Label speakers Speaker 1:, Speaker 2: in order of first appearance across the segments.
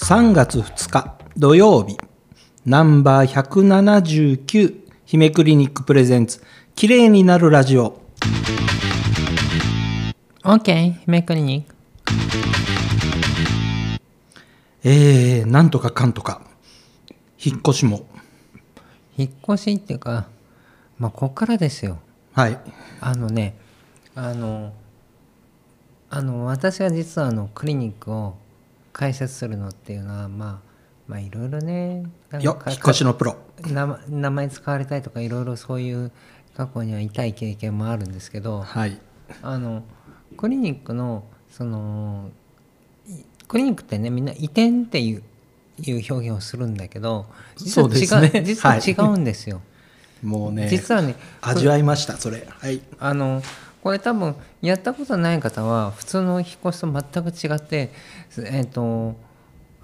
Speaker 1: 3月2日土曜日ナンバー179姫クリニックプレゼンツ綺麗になるラジオ
Speaker 2: OK 姫クリニック
Speaker 1: えー、なんとかかんとか引っ越しも
Speaker 2: 引っ越しっていうかまあこっからですよ
Speaker 1: はい
Speaker 2: あのねあのあの私は実はあのクリニックを開設するのっていうのはまあまあいろいろねなん
Speaker 1: よ
Speaker 2: か
Speaker 1: 引っ越しのプロ
Speaker 2: 名前名前使われたりとかいろいろそういう過去には痛い経験もあるんですけど
Speaker 1: はい
Speaker 2: あのクリニックのそのいクリニックってねみんな移転っていういう表現をするんだけど実は違
Speaker 1: そうですね
Speaker 2: 実は
Speaker 1: はい
Speaker 2: 違うんですよ。
Speaker 1: もうね
Speaker 2: 実はね
Speaker 1: 味わいましたそれはい
Speaker 2: あのこれ多分やったことない方は普通の引っ越しと全く違って、えっと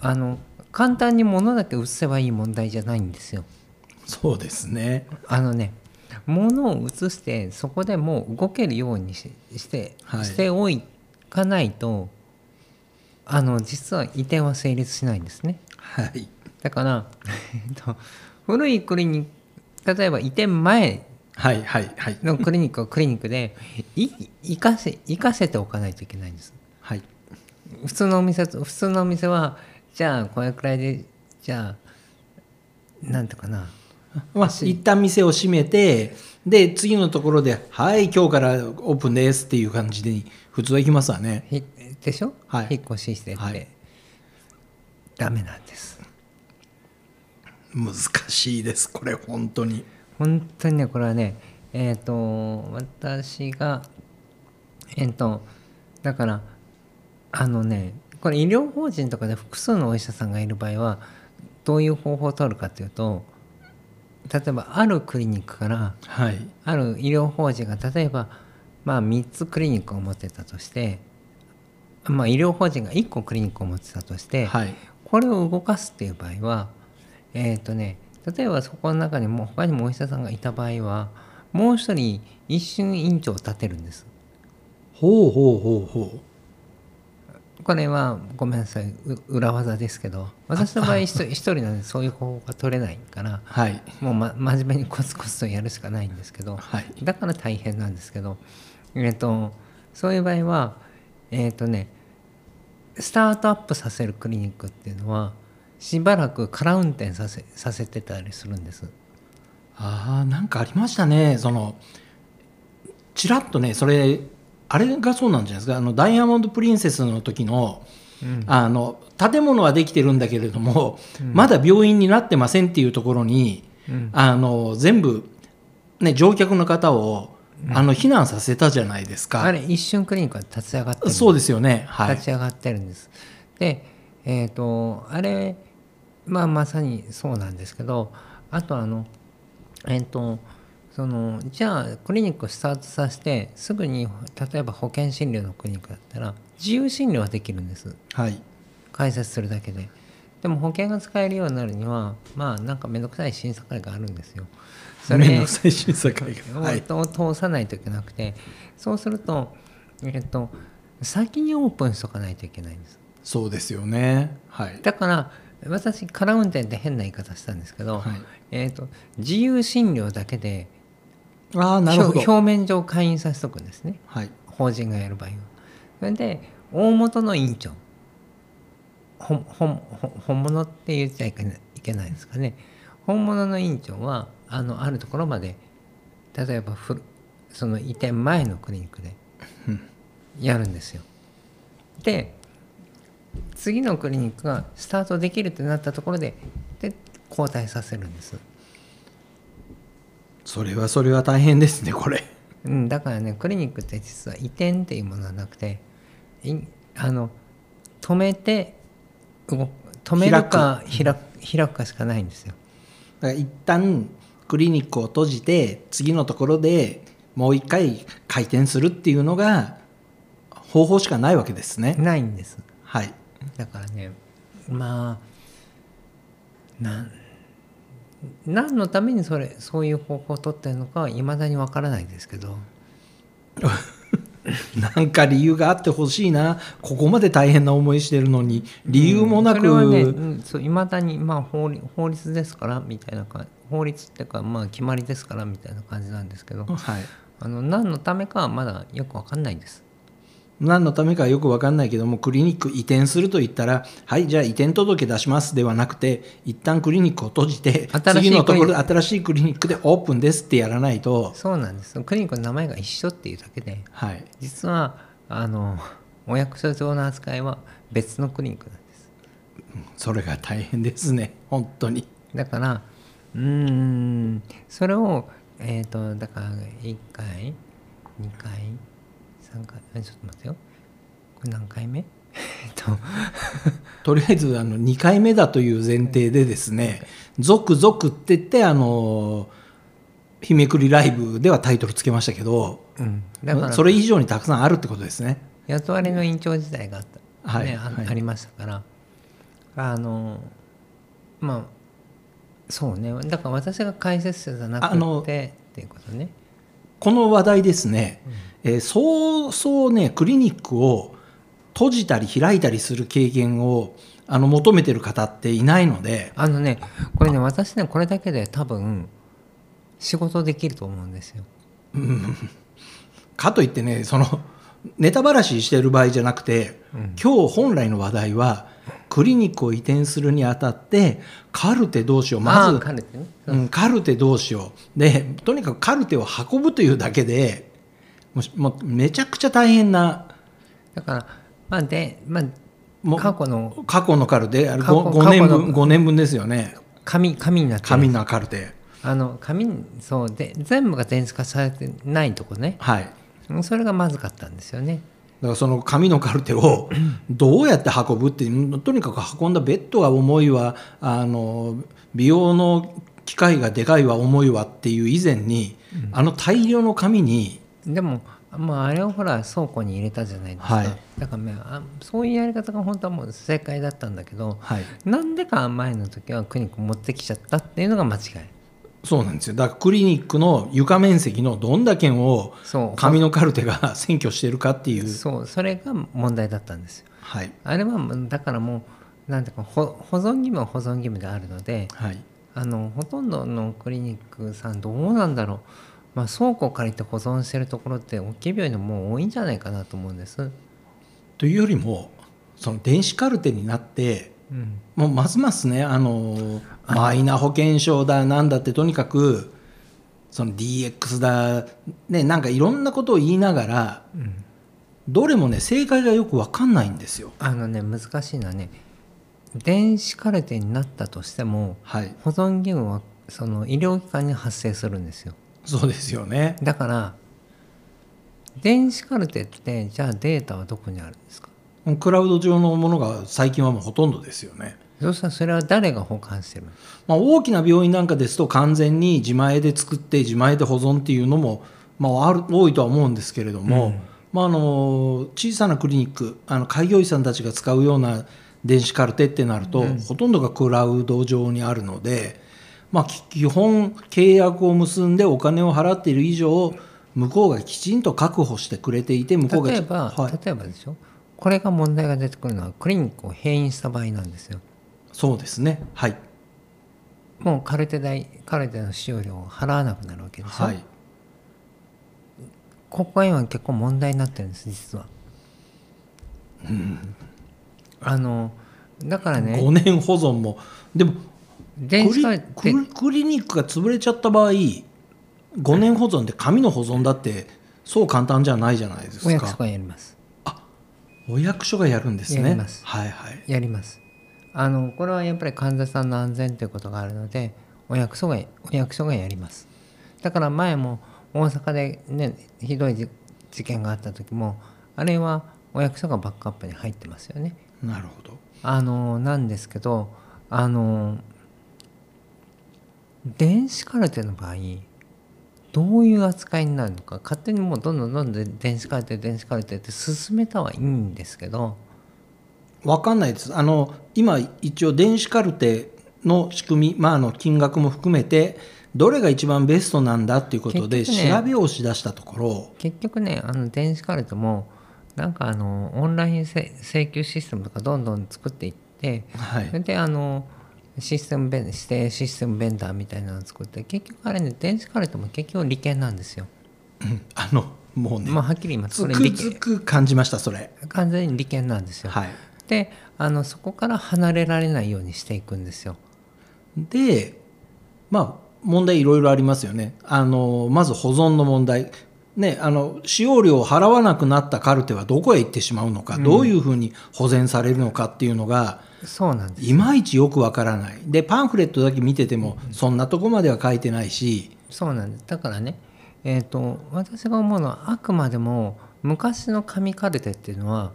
Speaker 2: あの簡単に物だけ移せばいい問題じゃないんですよ。
Speaker 1: そうですね
Speaker 2: あのね物を移してそこでもう動けるようにしして、
Speaker 1: はい
Speaker 2: しておいかないとあの実は移転は成立しないんですね。
Speaker 1: はい
Speaker 2: だから、 えっと、古いクリニック例えば移転前
Speaker 1: はいはいはい
Speaker 2: のクリニックはクリニックでい生かせ生かせておかないといけないんです。
Speaker 1: はい
Speaker 2: 普通のお店と普通のお店はじゃあこれくらいでじゃあなんていうかな
Speaker 1: まあ、一旦店を閉めてで次のところで「はい今日からオープンです」っていう感じで普通は行きますわね
Speaker 2: ひでしょ、
Speaker 1: はい
Speaker 2: 引っ越ししてって、
Speaker 1: はい
Speaker 2: ダメなんです
Speaker 1: 難しいですこれ本当に
Speaker 2: 本当にねこれはねえっ、と私がえっ、とだからあのねこれ医療法人とかで複数のお医者さんがいる場合はどういう方法を取るかというと例えばあるクリニックから
Speaker 1: はい
Speaker 2: ある医療法人が例えば、まあ、3つクリニックを持ってたとして、まあ、医療法人が1個クリニックを持ってたとして、
Speaker 1: はい
Speaker 2: これを動かすっていう場合はえっ、とね例えばそこの中にも他にもお医者さんがいた場合はもう一人一瞬院長を立てるんです。
Speaker 1: ほうほうほうほ
Speaker 2: これはごめんなさいう裏技ですけど私の場合一人一人なんでそういう方法が取れないから
Speaker 1: うはい
Speaker 2: もう、ま、真面目にコツコツとやるしかないんですけど
Speaker 1: はい
Speaker 2: だから大変なんですけど、えっとそういう場合は、えっとね、スタートアップさせるクリニックっていうのはしばらく空運転させさせてたりするんです。
Speaker 1: ああんかありましたねそのちらっとねそれあれがそうなんじゃないですかあのダイヤモンド・プリンセスの時の
Speaker 2: うん
Speaker 1: あの建物はできてるんだけれども、
Speaker 2: うん
Speaker 1: まだ病院になってませんっていうところに
Speaker 2: うん
Speaker 1: あの全部、ね、乗客の方を、あの避難させたじゃないです
Speaker 2: あ
Speaker 1: か。
Speaker 2: れ一瞬クリニックは立ち上がってるんです
Speaker 1: そうですよね。はい
Speaker 2: 立。ち上がってるんです。で、えー、とあれ、まあ、まさにそうなんですけどあとあのえっ、とそのじゃあクリニックをスタートさせてすぐに例えば保険診療のクリニックだったら自由診療はできるんです
Speaker 1: はい。
Speaker 2: 開設するだけで。でも保険が使えるようになるにはまあなんか面倒くさい審査会があるんですよ。それ
Speaker 1: 面倒くさい審査会が。はい。
Speaker 2: を通さないといけなくて、そうすると、えっと、先にオープンしとかないといけないんです。
Speaker 1: そうですよね。はい。
Speaker 2: だから私空運転って変な言い方したんですけど、
Speaker 1: はい
Speaker 2: えー、と自由診療だけで
Speaker 1: ああ、なるほ
Speaker 2: 表
Speaker 1: ど。
Speaker 2: 表面上会員させとくんですね
Speaker 1: はい。
Speaker 2: 法人がやる場合は。それで大元の院長ほんほんほん本物って言っちゃいけないいけないですかね本物の院長はあのあるところまで例えばふるその移転前のクリニックでやるんですよ。で次のクリニックがスタートできるってなったところでで交代させるんです。
Speaker 1: それはそれは大変ですね、こ れ。
Speaker 2: うん、だからねクリニックって実は移転っていうものはなくていあの止めて動止めるか開く開くかしかないんですよ。
Speaker 1: だから一旦クリニックを閉じて、次のところでもう一回回転するっていうのが方法しかないわけですね。
Speaker 2: ないんです。
Speaker 1: はい。
Speaker 2: だからねまあなん何のためにそれそういう方法を取ってるのかはいまだにわからないですけど
Speaker 1: なんか理由があってほしいなここまで大変な思いしてるのに理由もなく、
Speaker 2: それはね、うん、そういまだにまあ法律法律ですからみたいなか法律っていうかまあ決まりですからみたいな感じなんですけど、
Speaker 1: はい、
Speaker 2: あの何のためかはまだよくわかんないです。
Speaker 1: 何のためかはよく分かんないけどもクリニック移転すると言ったらはいじゃあ移転届出しますではなくて一旦クリニックを閉じて
Speaker 2: 新しい
Speaker 1: 次のとこ
Speaker 2: クリ
Speaker 1: ろ新しいクリニックでオープンですってやらないと、
Speaker 2: そうなんです。クリニックの名前が一緒っていうだけで、
Speaker 1: はい、
Speaker 2: 実はあのお役所上の扱いは別のクリニックなんです。
Speaker 1: それが大変ですね本当に
Speaker 2: だからうーんそれをえっ、とだから1回2回3回あちょっと待ってよこれ何回目 えっと
Speaker 1: とりあえずあの2回目だという前提でですね「続々」って言ってあの日めくりライブではタイトルつけましたけど
Speaker 2: うんだから
Speaker 1: それ以上にたくさんあるってことですね
Speaker 2: 雇われの院長時代があった、
Speaker 1: はい
Speaker 2: ねあ
Speaker 1: はい
Speaker 2: ありましたからあのまあそうねだから私が解説者じゃな
Speaker 1: あの
Speaker 2: くてっていうことね。
Speaker 1: この話題ですね、えーそうそうねクリニックを閉じたり開いたりする経験をあの求めてる方っていないので
Speaker 2: あのねこれね私ねこれだけで多分仕事できると思うんですよ。
Speaker 1: かといってねそのネタばらししてる場合じゃなくて、今日本来の話題はクリニックを移転するにあたってカルテどうしようま
Speaker 2: あー
Speaker 1: ず
Speaker 2: カルテね
Speaker 1: うん、カルテどうしようでとにかくカルテを運ぶというだけでもうしもうめちゃくちゃ大変な
Speaker 2: だからまあで、ま
Speaker 1: も
Speaker 2: あ、過去の
Speaker 1: 過去のカルテあれ 5,
Speaker 2: 過去過去
Speaker 1: 年分
Speaker 2: の
Speaker 1: 5年分ですよね
Speaker 2: 紙紙になってる
Speaker 1: 紙のカルテ
Speaker 2: あの紙にそうで全部が電子化されてないとこね
Speaker 1: はいだ
Speaker 2: うんそれがまずかったんですよね。
Speaker 1: からその紙のカルテをどうやって運ぶってうんとにかく運んだベッドは重いわあの美容の機械がでかいわ重いわっていう以前に、あの大量の紙に
Speaker 2: でも、まあ、あれをほら倉庫に入れたじゃないですか、
Speaker 1: はい
Speaker 2: だから、ね、あそういうやり方が本当はもう正解だったんだけど
Speaker 1: はい
Speaker 2: なんでか前の時はクリニック持ってきちゃったっていうのが間違い
Speaker 1: そうなんですよだからクリニックの床面積のどんだけを
Speaker 2: そう
Speaker 1: 紙のカル テが占拠してるかっていう、
Speaker 2: そうそれが問題だったんですよ
Speaker 1: はい
Speaker 2: あれはもうだからもうなんていうかほ保存義務は保存義務であるので
Speaker 1: はい、
Speaker 2: あのほとんどのクリニックさんどうなんだろう、まあ、倉庫借りて保存してるところって大きい病院でもう多いんじゃないかなと思うんです。
Speaker 1: というよりもその電子カルテになって
Speaker 2: うん
Speaker 1: もうますますねあのマイナ保険証だなんだってとにかくその DX だ、ね、なんかいろんなことを言いながら
Speaker 2: うん
Speaker 1: どれもね正解がよく分かんないんですよ。
Speaker 2: あのね難しいのはね電子カルテになったとしても
Speaker 1: はい、
Speaker 2: 保存義務はその医療機関に発生するんですよ
Speaker 1: そうですよね
Speaker 2: だから電子カルテってじゃあデータはどこにあるんですか
Speaker 1: もうクラウド上のものが最近はもうほとんどですよね。
Speaker 2: そうしたらそれは誰が保管してるの
Speaker 1: まあ、大きな病院なんかですと完全に自前で作って自前で保存っていうのも、まあ、ある多いとは思うんですけれども、
Speaker 2: うん
Speaker 1: まあ、あの小さなクリニックあの開業医さんたちが使うような電子カルテってなると、ほとんどがクラウド上にあるので、まあ、き基本契約を結んでお金を払っている以上向こうがきちんと確保してくれていて向こうが
Speaker 2: 例えば、
Speaker 1: はい、
Speaker 2: 例えばでしょこれが問題が出てくるのはクリニックを閉院した場合なんですよ
Speaker 1: そうですねはい、
Speaker 2: もうカルテ代カルテの使用料を払わなくなるわけでしょ、
Speaker 1: はい、
Speaker 2: ここが今結構問題になってるんです実は。あのだからね
Speaker 1: 5年保存もでも
Speaker 2: 電
Speaker 1: ク
Speaker 2: 子
Speaker 1: リ
Speaker 2: カル
Speaker 1: クリ
Speaker 2: テ
Speaker 1: クリニックが潰れちゃった場合5年保存で紙の保存だってそう簡単じゃないじゃないですか
Speaker 2: お役所がやります
Speaker 1: お役所がやるんです
Speaker 2: や
Speaker 1: ね
Speaker 2: ります
Speaker 1: はいはい
Speaker 2: やりますあのこれはやっぱり患者さんの安全ということがあるのでお役所がお役所がやりますだから前も大阪でねひどいじ事件があった時もあれはお役所がバックアップに入ってますよね
Speaker 1: なるほど
Speaker 2: あのなんですけどあの電子カルテの場合どういう扱いになるのか勝手にもうどんどんどんどん電子カルテ電子カルテって進めたはいいんですけど
Speaker 1: 分かんないですあの今一応電子カルテの仕組み、まあ、あの金額も含めてどれが一番ベストなんだっていうことで調
Speaker 2: 結局ね
Speaker 1: べをしだしたところ、
Speaker 2: 結局ねあの電子カルテもなんかあのオンラインせ請求システムとかどんどん作っていって
Speaker 1: は
Speaker 2: それ
Speaker 1: い、
Speaker 2: であのシステムベン指定システムベンダーみたいなのを作って結局あれね電子カルテも結局利権なんですよ。
Speaker 1: あのもうね、
Speaker 2: まあはっきり言いま
Speaker 1: つ
Speaker 2: すそれ
Speaker 1: く
Speaker 2: 利
Speaker 1: づ
Speaker 2: 権
Speaker 1: く感じましたそれ
Speaker 2: 完全に利権なんですよ。
Speaker 1: はい
Speaker 2: であのそこから離れられないようにしていくんですよ。
Speaker 1: でまあ問題いろいろありますよねあのまず保存の問題ね、あの使用料を払わなくなったカルテはどこへ行ってしまうのか、どういうふうに保全されるのかっていうのが
Speaker 2: そうなんです
Speaker 1: いまいちよくわからないでパンフレットだけ見ててもそんなとこまでは書いてないし、
Speaker 2: そうなんですだからね、えー、と私が思うのはあくまでも昔の紙カルテっていうのは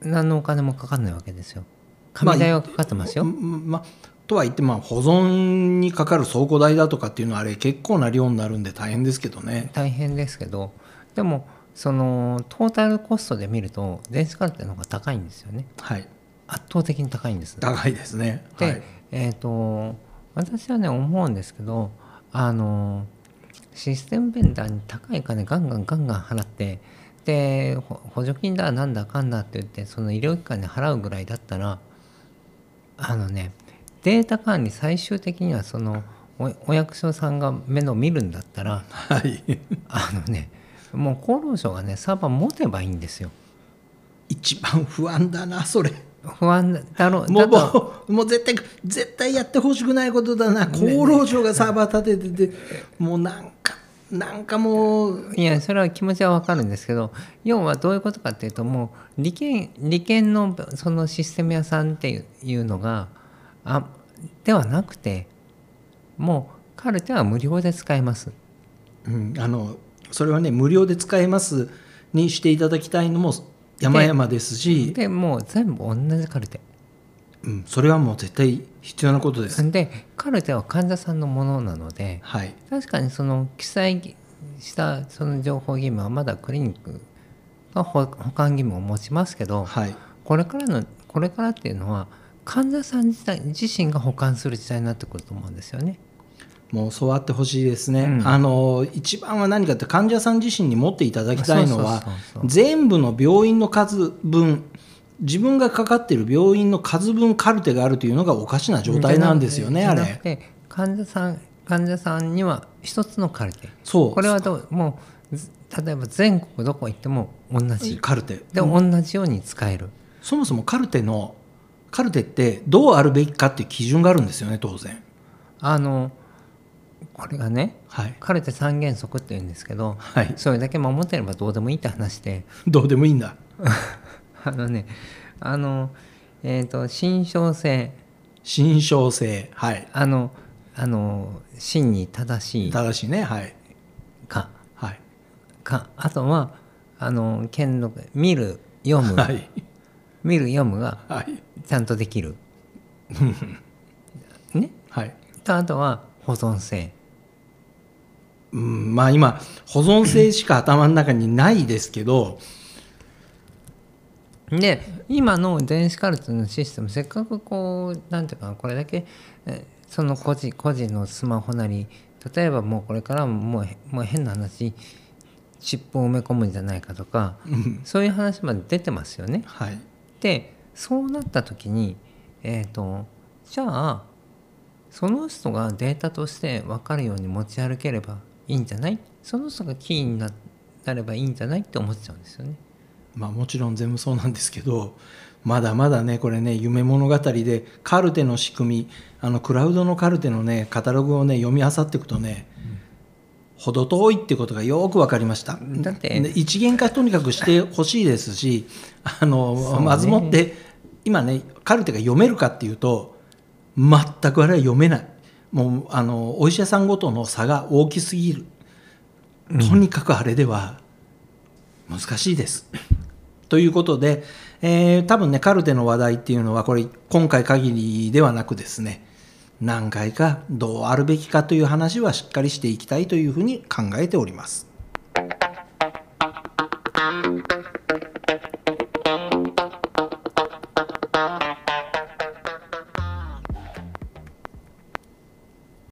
Speaker 2: 何のお金もかかんないわけですよ。紙代はかかってますよ。
Speaker 1: うんま、とは言って、まあ、保存にかかる倉庫代だとかっていうのはあれ結構な量になるんで大変ですけどね
Speaker 2: 大変ですけどでもそのトータルコストで見ると電子カルテの方が高いんですよね
Speaker 1: はい
Speaker 2: 圧倒的に高いんです。
Speaker 1: 高いですね
Speaker 2: で、
Speaker 1: はい
Speaker 2: えっ、と私はね思うんですけどあのシステムベンダーに高い金ガンガンガンガン払ってでほ補助金だなんだかんだって言ってその医療機関に払うぐらいだったらあのねデータ管理最終的にはそのおお役所さんが目の見るんだったら
Speaker 1: はい、
Speaker 2: あのねもう厚労省がねサーバー持てばいいんですよ。
Speaker 1: 一番不安だなそれ
Speaker 2: 不安だろ
Speaker 1: も
Speaker 2: だ
Speaker 1: う
Speaker 2: と
Speaker 1: もうもう絶対絶対やってほしくないことだな厚労省がサーバー立てててもうなんかなんかもう
Speaker 2: いやそれは気持ちはわかるんですけど要はどういうことかっていうともう利権利権のそのシステム屋さんっていういうのがあではなくてもうカルテは無料で使えます
Speaker 1: うん、あのそれはね無料で使えますにしていただきたいのも山々ですし、
Speaker 2: でもう全部同じカルテ
Speaker 1: うん、それはもう絶対必要なことです。
Speaker 2: でカルテは患者さんのものなので
Speaker 1: はい、
Speaker 2: 確かにその記載したその情報義務はまだクリニックが保保管義務を持ちますけど、
Speaker 1: はい、
Speaker 2: これからのこれからっていうのは患者さん自体自身が保管する時代になってくると思うんですよね。
Speaker 1: もうそうあってほしいですね、
Speaker 2: うん
Speaker 1: あの一番は何かって患者さん自身に持っていただきたいのは
Speaker 2: そうそうそうそう
Speaker 1: 全部の病院の数分自分がかかっている病院の数分カルテがあるというのがおかしな状態なんですよね
Speaker 2: じゃ
Speaker 1: あ
Speaker 2: なく
Speaker 1: れ。
Speaker 2: て患者さん患者さんには一つのカルテ。
Speaker 1: そう
Speaker 2: これはどうもうず例えば全国どこ行っても同じ。
Speaker 1: カルテ
Speaker 2: で同じように使える。
Speaker 1: そもそもカルテのカルテってどうあるべきかっていう基準があるんですよね当然。
Speaker 2: あのこれがね
Speaker 1: はい、
Speaker 2: カルテ三原則って言うんですけど、
Speaker 1: はい、
Speaker 2: それだけ守ってればどうでもいいって話で。
Speaker 1: どうでもいいんだ
Speaker 2: あのねあのえっ、と心象性
Speaker 1: 心象性はい
Speaker 2: あのあの真に正しい
Speaker 1: 正しいねはい
Speaker 2: か
Speaker 1: はい
Speaker 2: かあとはあの剣の見る読む、
Speaker 1: はい
Speaker 2: 見る読むが
Speaker 1: はい
Speaker 2: ちゃんとで きる。ね、
Speaker 1: はい
Speaker 2: とあとは保存性
Speaker 1: うんまあ今保存性しか頭の中にないですけど
Speaker 2: で今の電子カルテのシステムせっかくこうなんていうかなこれだけえその個人個人のスマホなり例えばもうこれからももうへもう変な話チップを埋め込むんじゃないかとか
Speaker 1: うん
Speaker 2: そういう話まで出てますよね。
Speaker 1: はい
Speaker 2: でそうなった時にえっ、とじゃあその人がデータとして分かるように持ち歩ければいいんじゃないその人がキーにななればいいんじゃないって思っちゃうんですよね。
Speaker 1: まあもちろん全部そうなんですけどまだまだねこれね夢物語でカルテの仕組みあのクラウドのカルテのねカタログをね読み漁っていくとね、程遠いってことがよく分かりました
Speaker 2: だって
Speaker 1: ね一元化とにかくしてほしいですしあの、
Speaker 2: そうね
Speaker 1: まずもって今ねカルテが読めるかっていうと全くあれは読めないもうあのお医者さんごとの差が大きすぎる、とにかくあれでは難しいです。ということで、えー多分ねカルテの話題っていうのはこれ今回限りではなくですね何回かどうあるべきかという話はしっかりしていきたいというふうに考えております。